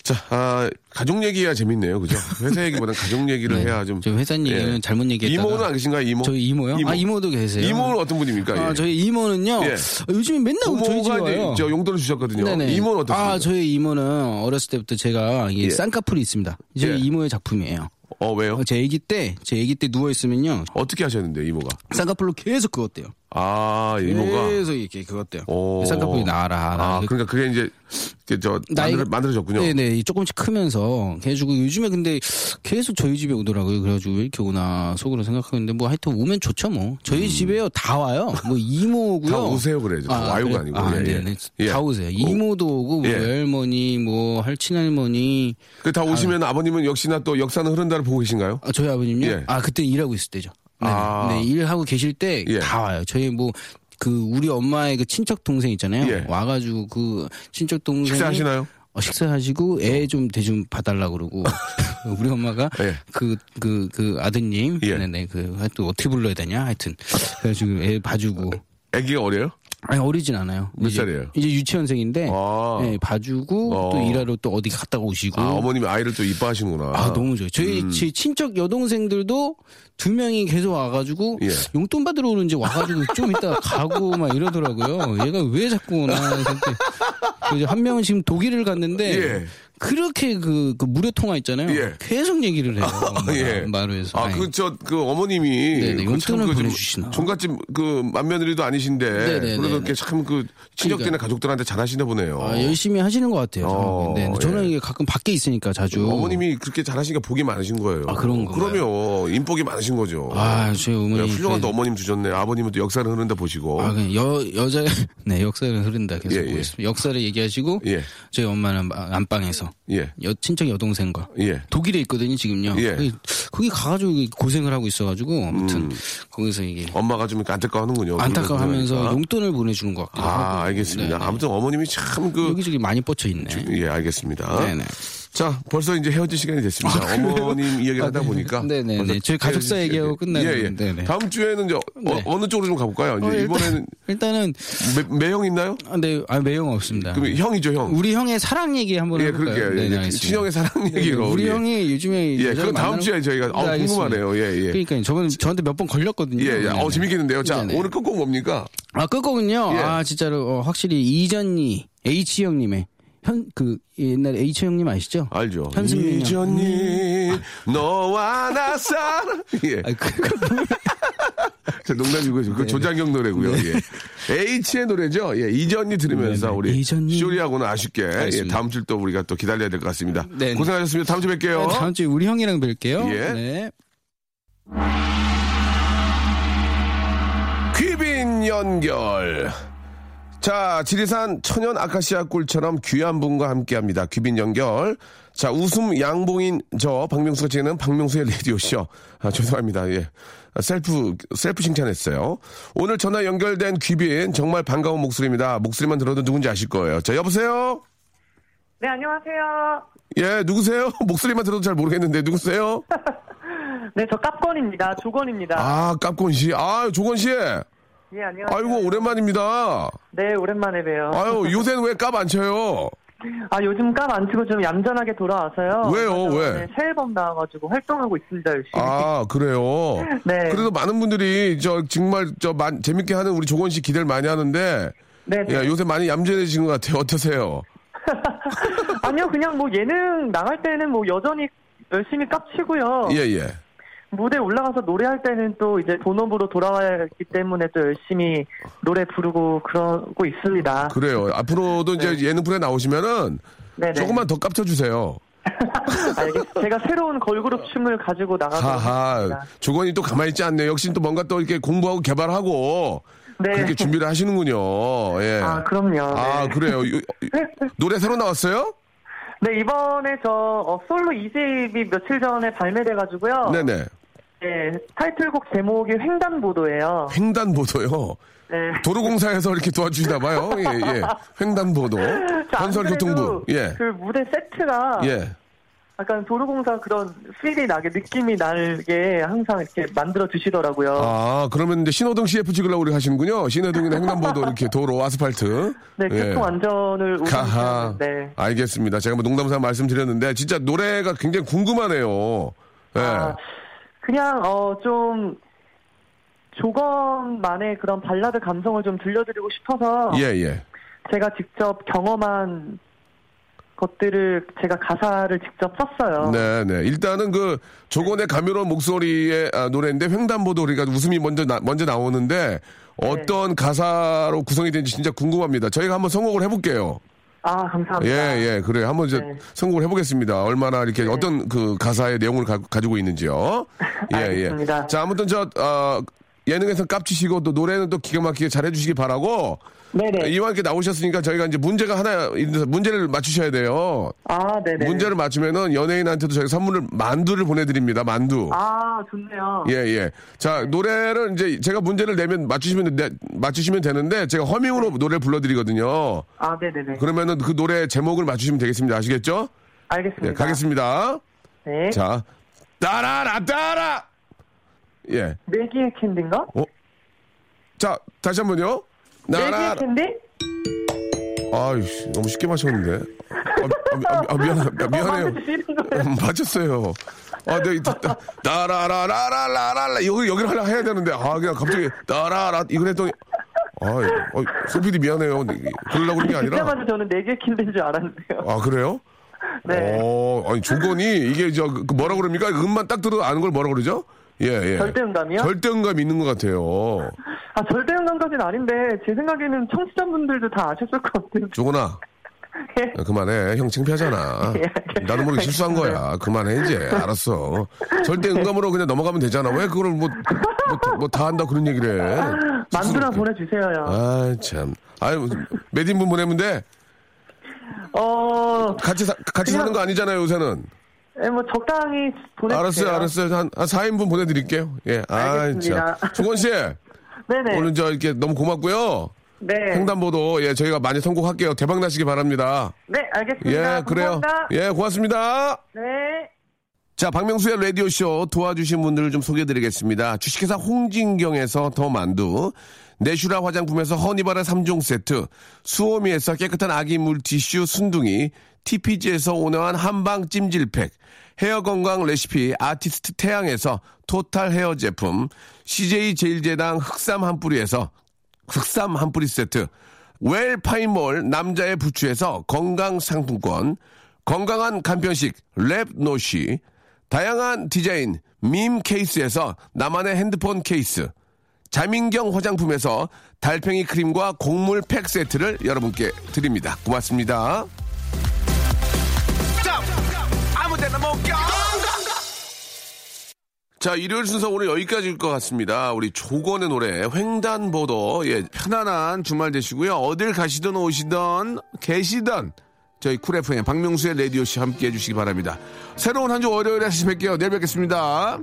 Speaker 1: 자, 아, 가족 얘기야 재밌네요, 그죠? 회사 얘기보다는 가족 얘기를
Speaker 2: [LAUGHS] 네.
Speaker 1: 해야 좀. 예.
Speaker 2: 저 회사 얘기는 잘못 얘기했다가
Speaker 1: 이모는 안 계신가요, 이모?
Speaker 2: 저희 이모요?
Speaker 1: 이모.
Speaker 2: 아 이모도 계세요.
Speaker 1: 이모는 어떤 분입니까?
Speaker 2: 아,
Speaker 1: 예.
Speaker 2: 저희 이모는요. 아,
Speaker 1: 예.
Speaker 2: 요즘에 맨날 저희 집에
Speaker 1: 부모가 이제
Speaker 2: 와요.
Speaker 1: 저 용돈을 주셨거든요. 이모는 어떻습니까?
Speaker 2: 아, 저희 이모는 어렸을 때부터 제가 이게
Speaker 1: 예.
Speaker 2: 쌍꺼풀이 있습니다. 저희
Speaker 1: 예.
Speaker 2: 이모의 작품이에요.
Speaker 1: 어, 왜요?
Speaker 2: 어, 제 아기 때, 제 아기 때 누워 있으면요.
Speaker 1: 어떻게 하셨는데, 이모가?
Speaker 2: 쌍꺼풀로 계속 그었대요.
Speaker 1: 아, 이모가.
Speaker 2: 계속 이렇게 그었대요.
Speaker 1: 오.
Speaker 2: 쌍꺼풀이 네. 나아라.
Speaker 1: 아, 그러니까 그게 이제, 이렇게 저, 만들어, 만들어졌군요.
Speaker 2: 네네 조금씩 크면서 해주고 요즘에 근데 계속 저희 집에 오더라고요. 그래가지고 왜 이렇게 오나 속으로 생각하는데 뭐 하여튼 오면 좋죠 뭐. 저희 집에요 다 와요.
Speaker 1: [LAUGHS]
Speaker 2: 뭐 이모고요.
Speaker 1: 음. 다 오세요, 그래야죠. 다 와요가 아니고.
Speaker 2: 아,
Speaker 1: 예, 예.
Speaker 2: 네네.
Speaker 1: 예.
Speaker 2: 다 오세요. 이모도 오고 뭐
Speaker 1: 예.
Speaker 2: 외할머니 뭐 할친할머니.
Speaker 1: 그 다 오시면 아. 버님은 역시나 또 역사는 흐른다를 보고 계신가요?
Speaker 2: 아, 저희 아버님요?
Speaker 1: 예.
Speaker 2: 아, 그때 일하고 있을 때죠. 네.
Speaker 1: 아.
Speaker 2: 네, 일하고 계실 때 다
Speaker 1: 예.
Speaker 2: 와요. 저희 뭐 그 우리 엄마의 그 친척 동생 있잖아요.
Speaker 1: 예.
Speaker 2: 와가지고 그 친척 동생
Speaker 1: 식사하시나요? 어.
Speaker 2: 어, 식사하시고 애 좀 대좀 봐달라
Speaker 1: [LAUGHS]
Speaker 2: 그러고 우리 엄마가
Speaker 1: 예.
Speaker 2: 그 그 그 아드님
Speaker 1: 예.
Speaker 2: 네네 그 하여튼 어떻게 불러야 되냐 하여튼 그래가지고 애 봐주고
Speaker 1: 아기가 어려요?
Speaker 2: 아니 어리진 않아요
Speaker 1: 몇
Speaker 2: 이제-
Speaker 1: 살이에요?
Speaker 2: 이제 유치원생인데
Speaker 1: 아.
Speaker 2: 예, 봐주고
Speaker 1: 어.
Speaker 2: 또 일하러 또 어디 갔다 오시고
Speaker 1: 아, 어머님이 아이를 또 이뻐하시는구나.
Speaker 2: 음. 아, 너무 좋아요. 저희
Speaker 1: 음.
Speaker 2: 제 친척 여동생들도 두 명이 계속 와가지고
Speaker 1: 예.
Speaker 2: 용돈 받으러 오는지 와가지고 좀 이따 가고 막 이러더라고요. 얘가 왜 자꾸 오나. 그래서 한 명은 지금 독일을 갔는데
Speaker 1: 예.
Speaker 2: 그렇게 그, 그 무료 통화 있잖아요.
Speaker 1: 예.
Speaker 2: 계속
Speaker 1: [LAUGHS]
Speaker 2: 얘기를 해요.
Speaker 1: 예.
Speaker 2: 말로 해서. 네.
Speaker 1: 아, 그, 저, 그 어머님이.
Speaker 2: 네네,
Speaker 1: 그
Speaker 2: 용돈을
Speaker 1: 참 그, 좀
Speaker 2: 보내주시나.
Speaker 1: 종갓집 그 맏며느리도 아니신데.
Speaker 2: 네네네.
Speaker 1: 그래도 이렇게 참 그, 친척들이나
Speaker 2: 그러니까.
Speaker 1: 가족들한테 잘하시나 보네요.
Speaker 2: 아, 열심히 하시는 것 같아요.
Speaker 1: 어,
Speaker 2: 네, 네. 저는
Speaker 1: 예.
Speaker 2: 이게 가끔 밖에 있으니까 자주.
Speaker 1: 어머님이 그렇게 잘하시니까 복이 많으신 거예요.
Speaker 2: 아, 그런 건가요?
Speaker 1: 그럼요. 인복이 많으신 거죠.
Speaker 2: 아, 저희
Speaker 1: 네,
Speaker 2: 어머니.
Speaker 1: 훌륭한
Speaker 2: 그-
Speaker 1: 또 어머님 두셨네. 아버님은 또 역사를 흐른다 보시고.
Speaker 2: 아, 그냥 여, 여자, [LAUGHS] 네, 역사는 흐른다. 계속
Speaker 1: 예,
Speaker 2: 보고
Speaker 1: 예.
Speaker 2: 있습니다. 역사를 얘기하시고,
Speaker 1: 예.
Speaker 2: 저희 엄마는 마- 안방에서,
Speaker 1: 예.
Speaker 2: 여, 친척 여동생과,
Speaker 1: 예.
Speaker 2: 독일에 있거든요, 지금요.
Speaker 1: 예.
Speaker 2: 거기, 거기 가가지고 고생을 하고 있어가지고,
Speaker 1: 음.
Speaker 2: 아무튼, 거기서 이게,
Speaker 1: 엄마가 좀 이렇게 안타까워하는군요.
Speaker 2: 안타까워 하면서
Speaker 1: 어, 그러니까.
Speaker 2: 용돈을 보내주는 것 같기도 하고.
Speaker 1: 아, 알겠습니다.
Speaker 2: 네,
Speaker 1: 아무튼 어머님이 참 그.
Speaker 2: 여기저기 많이 뻗쳐 있네.
Speaker 1: 예, 알겠습니다.
Speaker 2: 네네.
Speaker 1: 자, 벌써 이제 헤어질 시간이 됐습니다. 어머님 이야기를 하다 보니까.
Speaker 2: 아, 네네네.
Speaker 1: 벌써
Speaker 2: 저희 가족사
Speaker 1: 헤어질
Speaker 2: 얘기하고
Speaker 1: 시간이 됐-
Speaker 2: 끝나요.
Speaker 1: 예, 예.
Speaker 2: 네네.
Speaker 1: 다음 주에는 이제 어,
Speaker 2: 네.
Speaker 1: 느 쪽으로 좀 가볼까요? 이제
Speaker 2: 어, 일단-
Speaker 1: 이번에는
Speaker 2: 일단은,
Speaker 1: 매, 매형 있나요?
Speaker 2: 아, 네, 아, 매형 없습니다.
Speaker 1: 그럼 형이죠, 형.
Speaker 2: 우리 형의 사랑 얘기 한번
Speaker 1: 예,
Speaker 2: 해볼까요?
Speaker 1: 그렇게.
Speaker 2: 네, 네,
Speaker 1: 이제
Speaker 2: 알겠습니다. 네,
Speaker 1: 친형의 사랑 얘기로.
Speaker 2: 우리
Speaker 1: 예.
Speaker 2: 형이 요즘에
Speaker 1: 예,
Speaker 2: 여자를
Speaker 1: 그럼 다음
Speaker 2: 만나는-
Speaker 1: 주에 저희가 아우,
Speaker 2: 알겠습니다.
Speaker 1: 궁금하네요. 예, 예.
Speaker 2: 그러니까 저번 저한테 몇 번 걸렸거든요.
Speaker 1: 예, 예. 어,
Speaker 2: 네네.
Speaker 1: 재밌겠는데요. 자,
Speaker 2: 네네.
Speaker 1: 오늘 끝곡 뭡니까?
Speaker 2: 아 끝곡은요.
Speaker 1: 예.
Speaker 2: 아 진짜로 어, 확실히 이전이 H 형님의 현 그 옛날 H 형님 아시죠?
Speaker 1: 알죠.
Speaker 2: 현승민 형.
Speaker 1: 이전님,
Speaker 2: 음.
Speaker 1: 너와 나 사랑. [LAUGHS] 예.
Speaker 2: 아, 그,
Speaker 1: 자, 농담이고,
Speaker 2: 네,
Speaker 1: 그 조장경 노래고요 예. H의 노래죠. 예, 이전이 들으면서
Speaker 2: 네네.
Speaker 1: 우리
Speaker 2: 이전이.
Speaker 1: 쇼리하고는 아쉽게 예,
Speaker 2: 알겠습니다.
Speaker 1: 다음 주를 또 우리가 또 기다려야 될 것 같습니다.
Speaker 2: 네네. 네,
Speaker 1: 고생하셨습니다. 다음 주에 뵐게요.
Speaker 2: 다음 주에 우리 형이랑 뵐게요.
Speaker 1: 예.
Speaker 2: 네.
Speaker 1: 귀빈 연결. 자, 지리산 천연 아카시아 꿀처럼 귀한 분과 함께 합니다. 귀빈 연결. 자, 웃음 양봉인 저, 박명수가 진행하는 박명수의 라디오쇼. 아, 죄송합니다. 예. 아, 셀프, 셀프 칭찬했어요. 오늘 전화 연결된 귀빈, 정말 반가운 목소리입니다. 목소리만 들어도 누군지 아실 거예요. 자, 여보세요?
Speaker 5: 네, 안녕하세요.
Speaker 1: 예, 누구세요? [LAUGHS] 목소리만 들어도 잘 모르겠는데, 누구세요?
Speaker 5: 네, 저 깝건입니다. 조건입니다.
Speaker 1: 아, 깝곤 씨. 아, 조건 씨.
Speaker 5: 예, 안녕하세요.
Speaker 1: 아이고, 오랜만입니다.
Speaker 5: 네, 오랜만에 봬요.
Speaker 1: 아유, 요새는 왜 깝 안 쳐요?
Speaker 5: [LAUGHS] 아 요즘 값 안 치고 좀 얌전하게 돌아와서요.
Speaker 1: 왜요? 왜?
Speaker 5: 네, 새 앨범 나와가지고 활동하고 있습니다 열심히.
Speaker 1: 아 그래요.
Speaker 5: [LAUGHS] 네.
Speaker 1: 그래도 많은 분들이 저 정말 저 만- 재밌게 하는 우리 조건 씨 기대를 많이 하는데
Speaker 5: 네.
Speaker 1: 예, 요새 많이 얌전해진 것 같아요. [LAUGHS] 어떠세요?
Speaker 5: 아니요 그냥 뭐 예능 나갈 때는 뭐 여전히 열심히 깝치고요.
Speaker 1: 예 예.
Speaker 5: 무대 올라가서 노래할 때는 또 이제 본업으로 돌아왔기 때문에 또 열심히 노래 부르고 그러고 있습니다.
Speaker 1: 그래요. 앞으로도 이제 예능 프로에 나오시면은
Speaker 5: 네. 네네.
Speaker 1: 조금만 더 깝쳐 주세요.
Speaker 5: 알겠습니다. 제가 새로운 걸그룹 춤을 가지고 나가도록
Speaker 1: 하하.
Speaker 5: 하겠습니다.
Speaker 1: 조건이 또 가만히 있지 않네요. 역시 또 뭔가 또 이렇게 공부하고 개발하고
Speaker 5: 네.
Speaker 1: 그렇게 준비를 하시는군요. 예.
Speaker 5: 아 그럼요.
Speaker 1: 아,
Speaker 5: 네.
Speaker 1: 그래요. 요- 요- 노래 새로 나왔어요?
Speaker 5: 네 이번에 저 어, 솔로 2집이 며칠 전에 발매돼가지고요.
Speaker 1: 네네.
Speaker 5: 네, 타이틀곡 제목이 횡단보도예요.
Speaker 1: 횡단보도요.
Speaker 5: 네.
Speaker 1: 도로공사에서 이렇게 도와주시나 봐요. 예, 예. 횡단보도.
Speaker 5: 저안
Speaker 1: [LAUGHS] 건설교통부.
Speaker 5: 그래도
Speaker 1: 예.
Speaker 5: 그 무대 세트가
Speaker 1: 예.
Speaker 5: 약간 도로공사 그런 필이 나게 느낌이 나게 항상 이렇게 만들어 주시더라고요.
Speaker 1: 아, 그러면 이제 신호등 CF 찍으려고 우리 하시는군요. 신호등이나 횡단보도 이렇게 도로, 아스팔트.
Speaker 5: 네,
Speaker 1: 예.
Speaker 5: 교통 안전을
Speaker 1: 가하.
Speaker 5: 우선 네.
Speaker 1: 알겠습니다. 제가 뭐 농담삼아 말씀드렸는데 진짜 노래가 굉장히 궁금하네요. 예.
Speaker 5: 아, 그냥 어 좀 조건만의 그런 발라드 감성을 좀 들려드리고 싶어서
Speaker 1: 예, 예.
Speaker 5: 제가 직접 경험한 것들을 제가 가사를 직접 썼어요.
Speaker 1: 네, 네. 일단은 그 조건의 가미로운 목소리의 아, 노래인데 횡단보도 우리가 웃음이 먼저 나, 먼저 나오는데
Speaker 5: 네.
Speaker 1: 어떤 가사로 구성이 되는지 진짜 궁금합니다. 저희가 한번 선곡을 해볼게요.
Speaker 5: 아 감사합니다.
Speaker 1: 예, 예, 그래요. 한번 이제
Speaker 5: 네.
Speaker 1: 선곡을 해보겠습니다. 얼마나 이렇게 어떤 그 가사의 내용을 가, 지고
Speaker 5: [LAUGHS]
Speaker 1: 있는지요. 예, 예.
Speaker 5: 알겠습니다.
Speaker 1: 자, 아무튼 저, 어, 예능에서 깝치시고 또 노래는 또 기가 막히게 잘해주시기 바라고.
Speaker 5: 네네.
Speaker 1: 이왕 이렇게 나오셨으니까 저희가 이제 문제가 하나 있는데 문제를 맞추셔야 돼요.
Speaker 5: 아 네네.
Speaker 1: 문제를 맞추면은 연예인한테도 저희가 선물을 만두를 보내드립니다. 만두.
Speaker 5: 아 좋네요.
Speaker 1: 예, 예. 자, 노래를 이제 제가 문제를 내면 맞추시면, 되- 맞추시면 되는데 제가 허밍으로 노래를 불러드리거든요.
Speaker 5: 아 네네네.
Speaker 1: 그러면은 그 노래 제목을 맞추시면 되겠습니다. 아시겠죠?
Speaker 5: 알겠습니다.
Speaker 1: 예, 가겠습니다.
Speaker 5: 네.
Speaker 1: 자, 따라라, 따라! 예.
Speaker 5: 내기의 캔디인가?
Speaker 1: 자, 다시 한 번요.
Speaker 5: 내기의
Speaker 1: 나라.
Speaker 5: 캔디? 어,
Speaker 1: 아이씨, 너무 쉽게 맞췄는데. 아, 아, 아, 아, 미안해, 아, 미안해요.
Speaker 5: 맞추시는 거예요?
Speaker 1: 음, 맞췄어요. 아, 네, 따라라라라라라라. 여기, 여기를 하려 해야 되는데, 아, 그냥 갑자기, 따라라. 이걸 했더니, 아, 어, 소피디 미안해요. 그러려고 그런 게 아니라.
Speaker 5: 듣자마자 저는 내기의 캔디인 줄 알았는데요.
Speaker 1: 아, 그래요?
Speaker 5: 네.
Speaker 1: 어, 아니 조건이 이게 저 그- 그 뭐라 그럽니까? 음만 딱 들어도 아는 걸 뭐라 그러죠? 예, 예.
Speaker 5: 절대음감이요?
Speaker 1: 절대음감 있는 것 같아요.
Speaker 5: 아 절대음 감각은 아닌데 제 생각에는 청취자분들도 다 아셨을 것
Speaker 1: [LAUGHS]
Speaker 5: 같은데.
Speaker 1: 조건아.
Speaker 5: 예.
Speaker 1: 야, 그만해. 형 창피하잖아.
Speaker 5: [LAUGHS] 예.
Speaker 1: 나도 모르게 실수한 거야. 그만해, 이제. 알았어. 절대 음감으로 그냥 넘어가면 되잖아. 왜 그걸 뭐, 뭐, 뭐 다 한다 그런 얘기를 해.
Speaker 5: 만두나 보내주세요요.
Speaker 1: 아, 참. 아유, 몇 인분 보내면 돼?
Speaker 5: 어,
Speaker 1: 같이, 사, 같이
Speaker 5: 그냥-
Speaker 1: 사는 거 아니잖아요, 요새는.
Speaker 5: 예, 뭐 적당히
Speaker 1: 알았어요,
Speaker 5: 보내주세요.
Speaker 1: 알았어요. 한, 한 4인분 보내드릴게요. 예, 아이, 참.
Speaker 5: 알겠습니다.
Speaker 1: 조건 씨.
Speaker 5: [LAUGHS] 네네.
Speaker 1: 오늘 저 이렇게 너무 고맙고요.
Speaker 5: 네.
Speaker 1: 횡단보도 예 저희가 많이 선곡할게요. 대박 나시기 바랍니다.
Speaker 5: 네, 알겠습니다.
Speaker 1: 예 그래요.
Speaker 5: 감사합니다.
Speaker 1: 예 고맙습니다.
Speaker 5: 네.
Speaker 1: 자 박명수의 라디오 쇼 도와주신 분들을 좀 소개드리겠습니다. 주식회사 홍진경에서 더 만두, 내슈라 화장품에서 허니바라 3종 세트, 수오미에서 깨끗한 아기 물티슈 순둥이, TPG에서 온화한 한방 찜질팩. 헤어 건강 레시피 아티스트 태양에서 토탈 헤어 제품, CJ 제일제당 흑삼 한 뿌리에서 흑삼 한 뿌리 세트, 웰파인몰 남자의 부추에서 건강 상품권, 건강한 간편식 랩노시, 다양한 디자인 밈 케이스에서 나만의 핸드폰 케이스, 자민경 화장품에서 달팽이 크림과 곡물 팩 세트를 여러분께 드립니다. 고맙습니다. 자, 일요일 순서 오늘 여기까지일 것 같습니다. 우리 조건의 노래, 횡단보도. 예, 편안한 주말 되시고요. 어딜 가시든 오시든 계시든 저희 쿨 FM 박명수의 라디오씨 함께 해주시기 바랍니다. 새로운 한 주 월요일에 다시 뵐게요. 내일 뵙겠습니다.